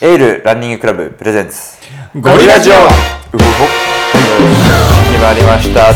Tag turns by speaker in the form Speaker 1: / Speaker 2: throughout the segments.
Speaker 1: エールランニングクラブプレゼンツ
Speaker 2: ゴリラジオ
Speaker 1: うほほ決まりました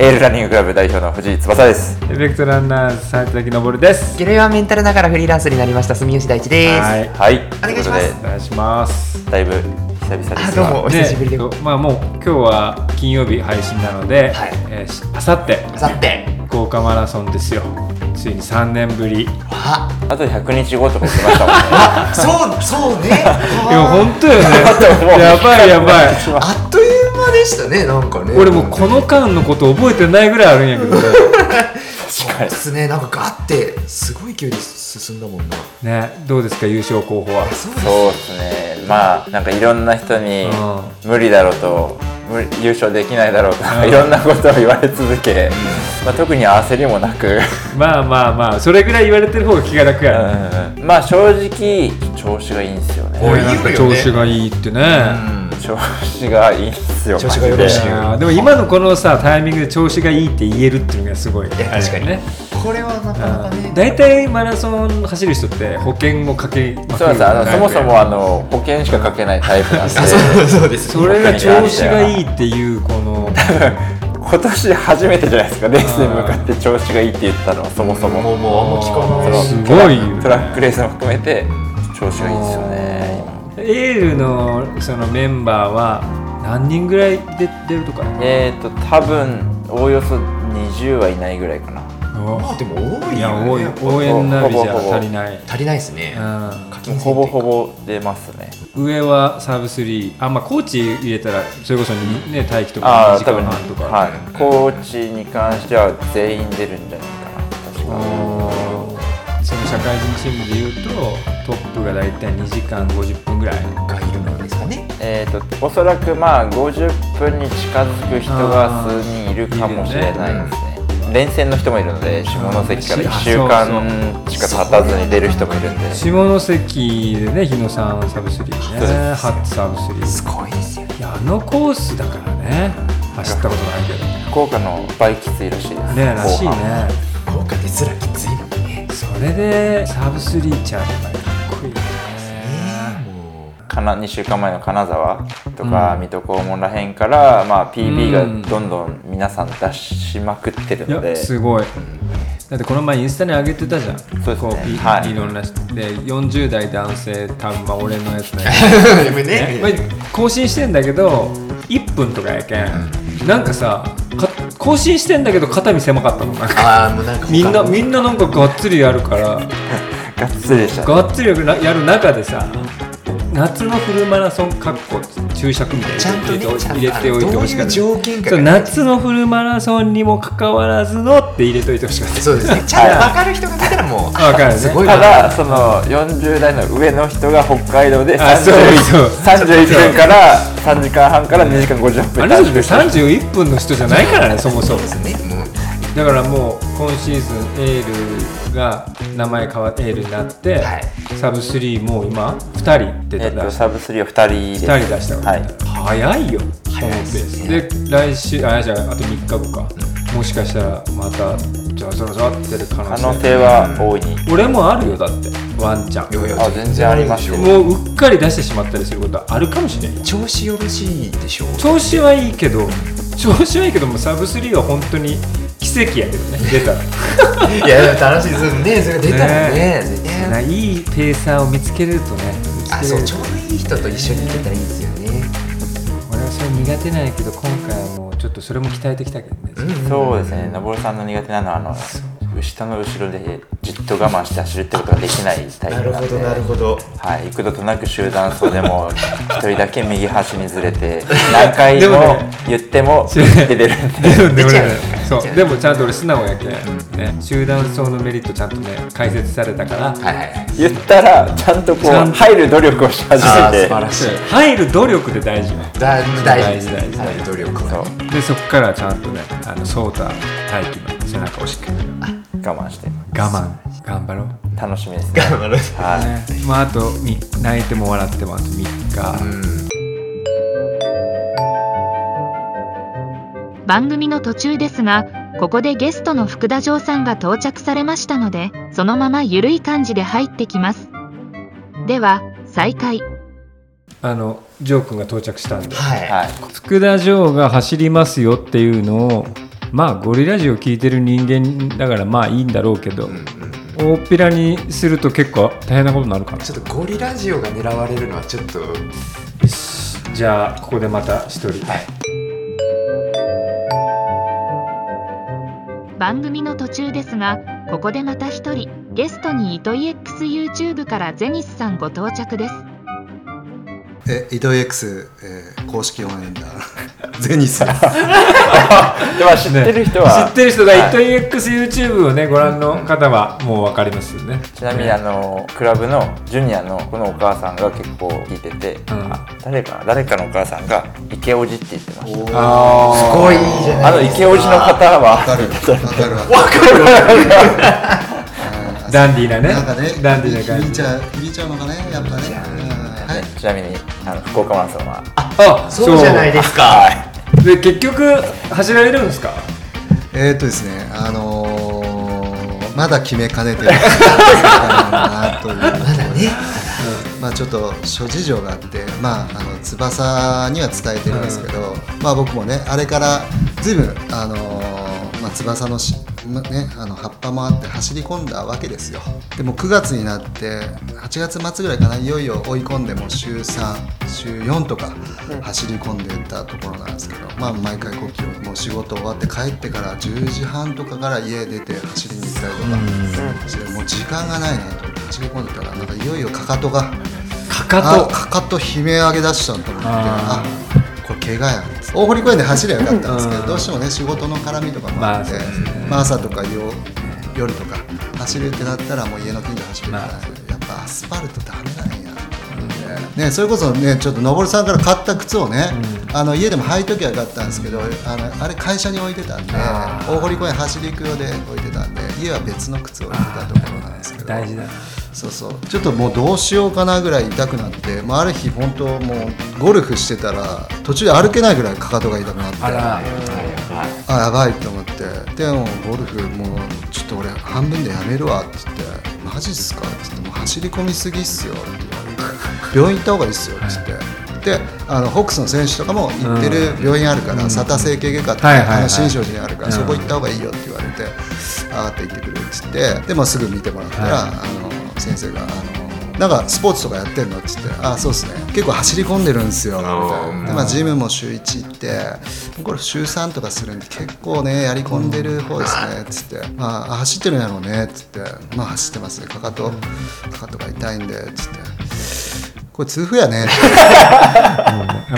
Speaker 1: エールランニングクラブ代表の藤井翼です
Speaker 2: エフェクトランナー斉藤昇です
Speaker 3: ゆるはメンタルながらフリーランスになりました住吉大地です。
Speaker 2: はい
Speaker 1: はい
Speaker 3: お願いし
Speaker 1: と
Speaker 3: ま
Speaker 1: い
Speaker 3: す
Speaker 1: うこ
Speaker 2: お願いします
Speaker 1: とでだいぶ久々ですが
Speaker 3: あどうもお久しぶりで
Speaker 2: ねまあもう今日は金曜日配信なので、
Speaker 3: はい
Speaker 2: えーしあさって
Speaker 3: さて、
Speaker 2: 福岡マラソンですよついに3年ぶりい
Speaker 3: あ、
Speaker 1: あと100日後とか言ってましたもんね
Speaker 3: そうそうね。
Speaker 2: や
Speaker 3: あ
Speaker 2: 本当よね
Speaker 1: ともう
Speaker 2: やばいやばい
Speaker 3: ー あっという間でしたねなんかね。
Speaker 2: 俺もうこの間のこと覚えてないぐらいあるんやけど
Speaker 1: 確かに
Speaker 3: ですねなんかガってすごい勢いで進んだもんな。
Speaker 2: ねねどうですか優勝候補は
Speaker 3: そう
Speaker 1: そうですねまあなんかいろんな人に
Speaker 2: う
Speaker 1: 無理だろうと無理優勝できないだろうと
Speaker 2: うん
Speaker 1: いろんなことを言われ続け、まあ、特に焦りもなく
Speaker 2: まあまあまあそれぐらい言われてる方が気が楽やね
Speaker 1: うんまあ正直調子がいいんですよ
Speaker 3: お
Speaker 1: ね
Speaker 3: い
Speaker 2: なんか
Speaker 3: いい
Speaker 2: 調
Speaker 3: よね
Speaker 2: 子がいいってね、
Speaker 1: 調子がいいんですよ
Speaker 3: 調子がよろし
Speaker 1: マ
Speaker 3: い
Speaker 1: ジで
Speaker 2: いやーでも今のこのさタイミングで調子がいいって言えるっていうのがすごいあれだよ
Speaker 3: 確かに
Speaker 2: ね
Speaker 3: これはなかなか
Speaker 2: う
Speaker 3: ね
Speaker 2: ん。大体マラソン走る人って保険をかけまくる
Speaker 1: そうなんですあの
Speaker 2: タイ
Speaker 1: そ
Speaker 2: プ
Speaker 1: もそもあの保険しかかけないタイプなんで
Speaker 3: あそう そうです。
Speaker 2: それが調子がいいっていうこの
Speaker 1: 今年初めてじゃないですかレースに向かって調子がいいって言ったのはそもそも
Speaker 3: もうもうあんま聞か
Speaker 1: そ
Speaker 3: ない
Speaker 1: の
Speaker 2: すごいよね
Speaker 1: トラックレースも含めて調子がいいですよね
Speaker 2: エールのそのメンバーは何人ぐらいで出るとか
Speaker 1: えっ、ー、と多分おおよそ20はいないぐらいかな
Speaker 3: まあでも多い
Speaker 2: いや
Speaker 3: よ
Speaker 2: 応
Speaker 3: ね
Speaker 2: 援。応援ナビじ
Speaker 1: ほぼほぼ
Speaker 2: ゃ足りない
Speaker 3: 足りないですね。
Speaker 2: うん
Speaker 3: 課金制
Speaker 1: ほぼほぼ出ますね
Speaker 2: 上はサーブ3あまあコーチ入れたらそれこそにね待機と
Speaker 1: あ
Speaker 2: か
Speaker 1: あ
Speaker 2: 2時
Speaker 1: 多
Speaker 2: 間
Speaker 1: 分
Speaker 2: 半とか
Speaker 1: はいコーチに関しては全員出るんじゃないかな
Speaker 2: その社会人チームでいうとトップが大体2時間50分ぐらい
Speaker 3: がいるのですかね。
Speaker 1: えー、とおそらくまあ50分に近づく人が数人いるかもしれないですね連戦の人もいるので下関から1週間しか経たずに出る人もいるんで
Speaker 2: 下関でね日野さんサブスリー
Speaker 1: そう
Speaker 2: ね初サブスリー
Speaker 3: すごいですよね。
Speaker 2: いやあのコースだからね走ったことないけど
Speaker 1: 福岡の倍きついらしいです
Speaker 2: ねらしい
Speaker 1: 後半
Speaker 2: ね
Speaker 3: 効果ですらきついのにね。
Speaker 2: それでサブスリーチャージまでかっこいいよ
Speaker 3: え
Speaker 2: ね
Speaker 3: ーもう
Speaker 1: 金2週間前の金沢とか水戸黄門らへんから、まあ、PB
Speaker 2: うん
Speaker 1: がどんどん皆さん出しまくってるの
Speaker 2: い
Speaker 1: で、
Speaker 2: やすごいだってこの前インスタに上げてたじゃんそう
Speaker 1: ですね
Speaker 2: こうい,、
Speaker 1: はい
Speaker 2: ろんな人で40代男性単馬俺のやつね
Speaker 3: やめ ね
Speaker 2: まあ更新してんだけど1分とかやけんなんかさか更新してんだけど肩身狭かったもんなんか
Speaker 3: ああもうなんか他の
Speaker 2: みんなみんななんかがっつりやるから
Speaker 1: がっつりでしたね
Speaker 2: がっつりやる中でさ夏のフルマラソンかっこ注釈みたいな
Speaker 3: ちゃんとね
Speaker 2: 入れておい
Speaker 3: ちゃんと
Speaker 2: 入れておいてほしかった
Speaker 3: あのどういう条件か
Speaker 2: そう夏のフルマラソンにもかかわらずのって入れといてほしか った
Speaker 3: そうですね。ちゃんと分かる人が出たらもう。
Speaker 2: わかるね
Speaker 3: すごい
Speaker 1: た
Speaker 3: な。
Speaker 1: だその40代の上の人が北海道で
Speaker 2: あ
Speaker 1: 30
Speaker 2: そうそう
Speaker 1: 31分から3時間半から2時間50分
Speaker 2: あの人って31分の人じゃないからねそもそも
Speaker 3: そうですね。もう
Speaker 2: だからもう今シーズンエールが名前変わってエールになって、
Speaker 3: はい
Speaker 2: サブ3もう今2人出
Speaker 1: え
Speaker 2: た
Speaker 1: っと
Speaker 2: 出し
Speaker 1: サブ3を2人で
Speaker 2: 2人出したわ
Speaker 1: は
Speaker 2: け、
Speaker 1: い
Speaker 2: 早いよ早
Speaker 3: いですね
Speaker 2: で来週あじゃああと3日後か、もしかしたらまたじゃあそろそろってる可能
Speaker 1: 可
Speaker 2: 性
Speaker 1: 能性は大いに
Speaker 2: 俺もあるよだってワンちゃん
Speaker 3: いやいや
Speaker 1: あ全然ありますよ
Speaker 2: もううっかり出してしまったりすることはあるかもしれない
Speaker 3: 調子よろしいでしょう。
Speaker 2: 調子はいいけど調子はいいけどもうサブ3は本当に奇跡やけどね出たら
Speaker 3: いやでも楽しいですね。それが出たらね。絶対
Speaker 2: いいペーサーを見つけるとね見つけ
Speaker 3: あ
Speaker 2: れ
Speaker 3: そう
Speaker 2: る
Speaker 3: ちょうどいい人と一緒に行けたらいいですよね。
Speaker 2: 俺はそれ苦手なんやけど今回はもうちょっとそれも鍛えてきたけどね、
Speaker 1: そうですね登さんの苦手なのはあの下の後ろでじっと我慢して走るってことができないタイプなんで
Speaker 3: ほど。
Speaker 1: はい、幾度となく集団走で も一人だけ右端にずれて何回
Speaker 2: でも
Speaker 1: も
Speaker 2: ね
Speaker 1: 言って も
Speaker 2: そう
Speaker 1: 出てるんで
Speaker 2: でも
Speaker 3: 出ち
Speaker 2: ね
Speaker 3: ゃう
Speaker 2: そうでもちゃんと俺素直やけん、ね、集団走のメリットちゃんとね解説されたから、
Speaker 3: はいはいはい。
Speaker 1: 言ったらちゃんとこう
Speaker 2: ちゃんと
Speaker 1: 入る努力をし始
Speaker 3: ああ
Speaker 1: め
Speaker 3: 素
Speaker 1: て
Speaker 3: 晴らしい。
Speaker 2: 入る努力で大事よ
Speaker 3: だ大事
Speaker 2: 大事大事
Speaker 3: はい努力
Speaker 1: そ
Speaker 3: は。
Speaker 1: う
Speaker 2: でそっからちゃんとねあのソータ大輝の背中をしっかり
Speaker 1: 我慢して
Speaker 2: 我慢頑張ろう
Speaker 1: 楽しみですね
Speaker 3: なる
Speaker 1: はい
Speaker 2: ねまああとみ泣いても笑ってもあと3日、
Speaker 4: 番組の途中ですがここでゲストの福田城さんが到着されましたのでそのままゆるい感じで入ってきますでは再開
Speaker 2: あのジョー君が到着したんで
Speaker 3: は。
Speaker 1: はい
Speaker 2: 佃城が走りますよっていうのをまあゴリラジオ聞いてる人間だからまあいいんだろうけど、大っぴらにすると結構大変なことになるかない
Speaker 3: ちょっとゴリラジオが狙われるのはちょっと。
Speaker 2: じゃあここでまた 一人、
Speaker 3: はい
Speaker 4: 番組の途中ですがここでまた一人ゲストに糸井 XYouTube からゼニスさんご到着です
Speaker 5: え、伊藤 X、えー公式応援団、ゼニスです。
Speaker 1: では知ってる人は、
Speaker 2: 知ってる人が糸井 XYouTube をねご覧の方はもう分かりますよね
Speaker 1: ちなみにあのクラブのジュニアのこのお母さんが結構聞いてて、
Speaker 2: ん
Speaker 1: あ誰かな誰かのお母さんが池おじって言ってまし
Speaker 2: あ
Speaker 3: すごいじゃ
Speaker 1: たあの池おじの方
Speaker 5: わか
Speaker 1: は
Speaker 5: る。わかる。わかる。
Speaker 2: ーダンディーなね
Speaker 5: なんかね、
Speaker 2: ダンディーな感
Speaker 5: 響い
Speaker 2: じ
Speaker 5: ちゃう、響いちゃうのかね、やっぱね。うんはい。
Speaker 1: ちなみにあの福岡マラソンは
Speaker 2: あ
Speaker 3: そうじゃないですか。
Speaker 2: すで結局走られるんですか
Speaker 5: えーっとですね、あのーまだ決めかねて るなという。まだね。まあちょっと諸事情があって、まああの翼には伝えてるんですけど、まあ僕もねあれからずいぶんあのーまあ翼のしまねあの葉っぱもあって走り込んだわけですよ。でも9月になって8月末ぐらいかないよいよ追い込んでもう週3週4とか走り込んでたところなんですけど、まあ毎回こう今日もう仕事終わって帰ってから10時半とかから家出て走りに行ったりとかしてもう時間がないなと思って走り込んでたらなんかいよいよかかとが
Speaker 2: か
Speaker 5: あ
Speaker 2: か
Speaker 5: かかと悲鳴上げ出したと思って
Speaker 2: あ
Speaker 5: あこれ怪我やん大堀公園で走りゃよかったんですけど、どうしてもね仕事の絡みとかもあ
Speaker 2: まあ
Speaker 5: って、
Speaker 2: そうですね
Speaker 5: まあ、朝とか夜夜とか走るってなったらもう家の近所走るから、
Speaker 2: まあ
Speaker 5: やっぱアスファルトダメなんやと思って、ね、それこそねちょっとのぼるさんから買った靴をね、あの家でも履いときゃよかったんですけどあのあれ会社に置いてたんで大堀公園走り行くようで置いてたんで家は別の靴を置いてたところなんですけど
Speaker 2: と大事だな
Speaker 5: そうそうちょっともうどうしようかなぐらい痛くなって、まあ、ある日本当もうゴルフしてたら途中で歩けないぐらいかかとが痛くなって
Speaker 2: あら
Speaker 5: あやばいと思ってでもゴルフもうちょっと俺半分でやめるわって言って「マジっすか?」って言って「もう走り込みすぎっすよ」って言われて「病院行った方がいいっすよ」って言って。であのホックスの選手とかも行ってる病院あるから、佐田整形外科って、
Speaker 2: はいはいはい
Speaker 5: あの新勝寺にあるから、
Speaker 2: うん
Speaker 5: そこ行った方がいいよって言われて、あーって言ってくるって言ってで、まあ、すぐ見てもらったら、あの先生があの「なんかスポーツとかやってんの?」って言って「あーそうっすね結構走り込んでるんですよ」みたいなでまあ、ジムも週1行ってこれ週3とかするんで結構ねやり込んでる方ですねっつって「まあ、あ走ってるんやろうね」っつって「まあ走ってますねかかとかかとが痛いんで」っつって「これ痛風やね」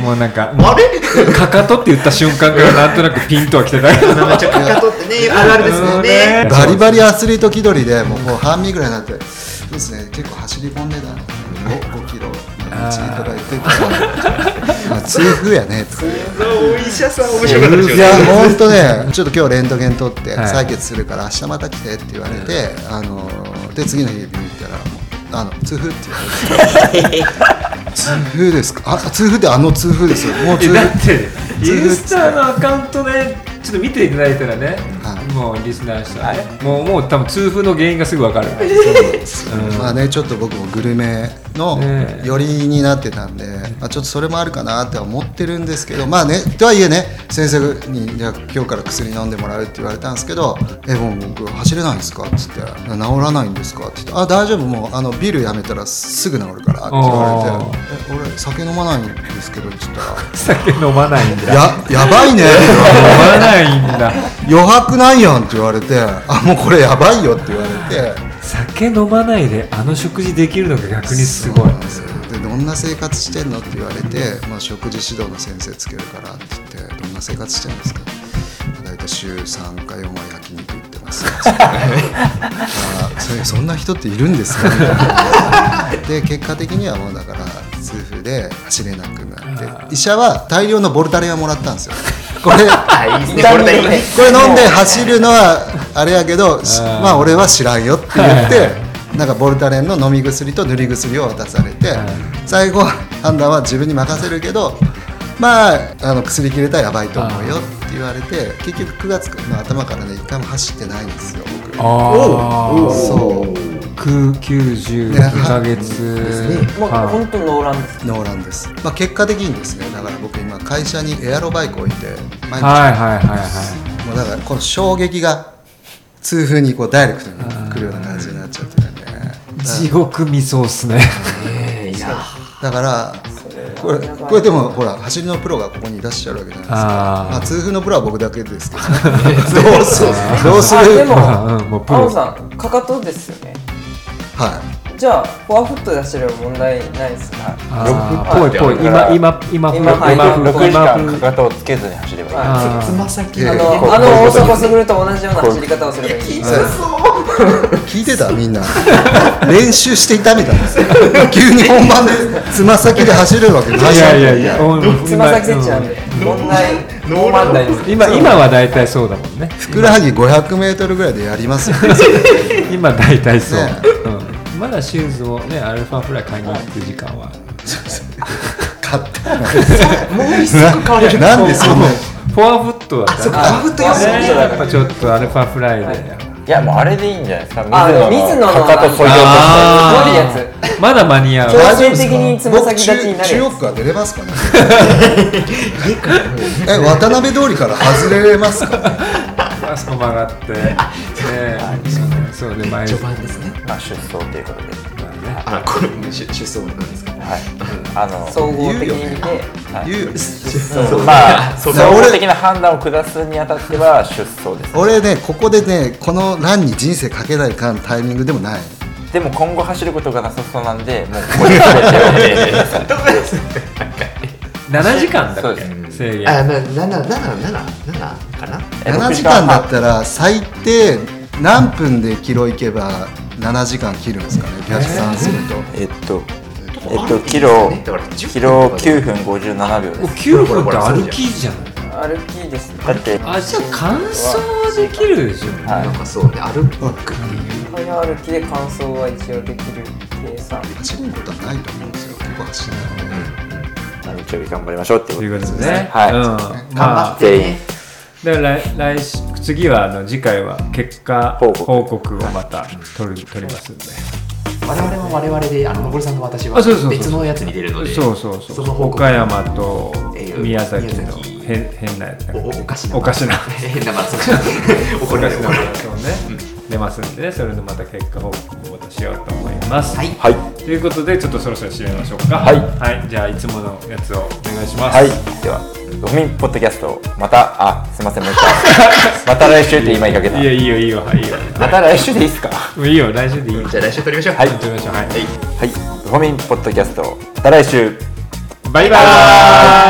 Speaker 2: もうなんかあれかかとって言った瞬間からなんとなくピンとは来てないけど
Speaker 3: めちゃかかとってね、あるあるですよね。
Speaker 5: バリバリアスリート気取りでもうもう半身ぐらいになってそうですね結構走り込んでたの 5, 5キロ1とか言ってたまあ痛風や ねとか
Speaker 3: お医者さん面白かったです
Speaker 5: い
Speaker 3: よ
Speaker 5: や
Speaker 3: ね。
Speaker 5: 本当ねちょっと今日レントゲン取って
Speaker 2: はい
Speaker 5: 採血するから明日また来てって言われて、あのーで次の日見に行ったらもうあの痛風って言われて。 痛風ですかあ痛風ってあの痛風ですよもう
Speaker 2: え
Speaker 5: 痛
Speaker 2: だ
Speaker 5: 風
Speaker 2: ってインスタのアカウントでちょっと見ていただいたらね、
Speaker 5: はい
Speaker 2: もうリスナーしたね、もうもう多分痛風の原因がすぐわかる、うん
Speaker 5: まあねちょっと僕もグルメの
Speaker 2: ねえ
Speaker 5: 寄りになってたんで、まあ、ちょっとそれもあるかなって思ってるんですけどまあねとはいえね先生にじゃあ今日から薬飲んでもらうって言われたんですけど「えもう僕走れないんですか?」っつって「治らないんですか?」って言って「あ大丈夫もうあのビールやめたらすぐ治るから」って言われて「え俺酒飲まないんですけど」って言った
Speaker 2: 酒飲まないんだ
Speaker 5: ら「ややばいね」
Speaker 2: 飲まないんだ
Speaker 5: 余白ないやん」って言われて「あもうこれやばいよ」って言われて。
Speaker 2: 酒飲まないであの食事できるのが逆にすごい
Speaker 5: そうなんですよでどんな生活してんのって言われて、まあ、食事指導の先生つけるからって言ってどんな生活してんですか大体週3か4は焼肉行って ますって言ってあそれそんな人っているんですかみた いなで結果的にはもうだから痛風で走れなくなって医者は大量のボルタレアもらったんですよ これ
Speaker 3: あいいですね、これだいいね。
Speaker 5: これ飲んで走るのはあれやけどし
Speaker 2: あー
Speaker 5: まあ俺は知らんよって言っ
Speaker 2: はいは
Speaker 5: てなんかボルタレンの飲み薬と塗り薬を渡されて最後判断は自分に任せるけどまああの薬切れたらやばいと思うよって言われて結局9月の頭からね一回も走ってないんですよ僕
Speaker 2: あ
Speaker 5: そう
Speaker 2: 990
Speaker 5: ね
Speaker 2: ヶ月
Speaker 5: です
Speaker 6: もう
Speaker 2: 半
Speaker 6: 本当ノーランです。
Speaker 5: ノーランです、まあ、結果的にですねだから僕今会社にエアロバイク置いて毎日、
Speaker 2: はいはいはいは
Speaker 5: もうだからこの衝撃が痛風にこうダイレクトに来るような感じになっちゃってるんで
Speaker 2: い地獄味噌っすね
Speaker 6: ええいや
Speaker 5: だからこれこれでもほら走りのプロがここにいらっしゃるわけじゃないですか
Speaker 2: あー
Speaker 5: まあ、痛風のプロは僕だけですけ ど、ね、どうするどうす
Speaker 6: あで
Speaker 5: る
Speaker 6: も
Speaker 2: うんうんもうプロ
Speaker 6: 青さんかかとですよね。
Speaker 5: はい
Speaker 6: じゃあフォアフット出してれば問題ないですか。
Speaker 2: あーぽいぽい今今今風今
Speaker 6: 今はい
Speaker 1: 今
Speaker 2: 風
Speaker 1: 6時間
Speaker 2: 今
Speaker 1: か
Speaker 2: 風
Speaker 1: かとをつけずに走ればいい
Speaker 6: は
Speaker 2: あ
Speaker 7: つ
Speaker 2: ー
Speaker 7: ま先
Speaker 5: い
Speaker 6: い。
Speaker 5: や
Speaker 6: あ
Speaker 5: い
Speaker 7: が
Speaker 5: や
Speaker 6: の
Speaker 1: こう
Speaker 6: あの
Speaker 1: こう
Speaker 6: 大迫傑と同じような走り方をすればいい。
Speaker 5: 聞いてたみんな練習していたみたいです急に本番でつま先で走れるわけない
Speaker 2: いやいやいや
Speaker 6: つま先センチなんで問題ノーランです。
Speaker 2: 今今は大体そうだもんね
Speaker 5: ふくらはぎ 500m ぐらいでや りますよね
Speaker 2: 今大体そう、
Speaker 5: ね
Speaker 2: うん、まだシューズをねアルファフライ買いに行く時間は
Speaker 5: 買ったの
Speaker 7: もう一足買われる
Speaker 5: なんでそんな
Speaker 2: フォアフットだった
Speaker 7: あフットよ
Speaker 2: ねやっぱちょっとアルファフライで、
Speaker 1: いやもうあれでいいんじゃないですか
Speaker 6: あでも
Speaker 1: 水
Speaker 6: 水
Speaker 1: 野
Speaker 6: 野
Speaker 1: の
Speaker 6: の
Speaker 1: かかとそぎ落と
Speaker 6: あー
Speaker 2: あーまだ間に合う
Speaker 6: ちょ
Speaker 5: 大丈夫ですか
Speaker 6: 強制的につま先立ちになるや
Speaker 5: 僕
Speaker 6: つ
Speaker 5: 中中央区は出れますかねえ渡辺通りから外れれますかね
Speaker 2: あそこ曲がって、ね、そうね前
Speaker 7: 序盤ですね
Speaker 1: まあ出走ということで
Speaker 7: あこれも出出走の感じですか
Speaker 1: はいあの
Speaker 6: 総合的に見て。
Speaker 5: 言うよね
Speaker 1: まあ、
Speaker 7: そ
Speaker 1: 総
Speaker 7: う
Speaker 1: 合的な判断を下すにあたっては出走です。
Speaker 5: 俺ねここでねこのランに人生かけないかんタイミングでもない
Speaker 1: でも今後走ることがなさそうなんで、 もうここに全てを入れて
Speaker 2: 7時間だ
Speaker 1: そう
Speaker 2: っ
Speaker 1: です
Speaker 2: け制限
Speaker 7: あななななななかな
Speaker 5: 7時間だったら最低何分でキロいけば7時間切るんですかね逆算すると、
Speaker 1: えっと、えっと、キロ、キロ9分57秒です。
Speaker 2: 9分って歩きじゃん
Speaker 6: 歩きですね。
Speaker 1: だって、
Speaker 2: あじゃあ完走はできるでしょ
Speaker 1: はい
Speaker 7: なんかそうね歩くっていう
Speaker 6: 早歩きで完走は一応できる計算。
Speaker 5: 走ることはないと思うんですよ結構走る
Speaker 1: 何日曜日頑張りましょうってこと
Speaker 2: という
Speaker 1: で
Speaker 2: こ
Speaker 1: す
Speaker 2: とでね、
Speaker 1: はい
Speaker 2: うん、
Speaker 7: 頑
Speaker 2: ま
Speaker 7: 張
Speaker 2: あ
Speaker 7: ってね
Speaker 2: で来来し次はあの次回は結果
Speaker 1: 報告
Speaker 2: 報告をまた取る取りますんで、
Speaker 7: 我々も我々であののぼるさんと私は
Speaker 2: あそうそうそう
Speaker 7: 別のやつに出るので
Speaker 2: そうそうそう
Speaker 7: その報告
Speaker 2: 岡山と
Speaker 7: えー
Speaker 2: 宮崎
Speaker 7: 宮
Speaker 2: の
Speaker 7: 崎
Speaker 2: 変変なやつ
Speaker 7: おおおかしな
Speaker 2: おかしな
Speaker 7: 変なまあそう怒られる怒られる
Speaker 2: そうね出ますんでねそれのまた結果報告をまたしようと思います、
Speaker 7: はい
Speaker 1: はい。
Speaker 2: ということでちょっとそろそろ締めましょうか
Speaker 1: はい
Speaker 2: じゃあいつものやつをお願いします、
Speaker 1: はい。では、ドミンポッドキャスト、また、あ、すいません、もう一 回。また来週って今言いかけた
Speaker 2: い。やいいよいいよはいいいよ
Speaker 1: また来週でいいですかは
Speaker 2: もういいよ来週でいいよ
Speaker 7: じゃあ来週撮りましょう
Speaker 1: はい
Speaker 2: やってみましょうはい
Speaker 1: い。ドミンポッドキャスト、また来週。
Speaker 2: バイバーイ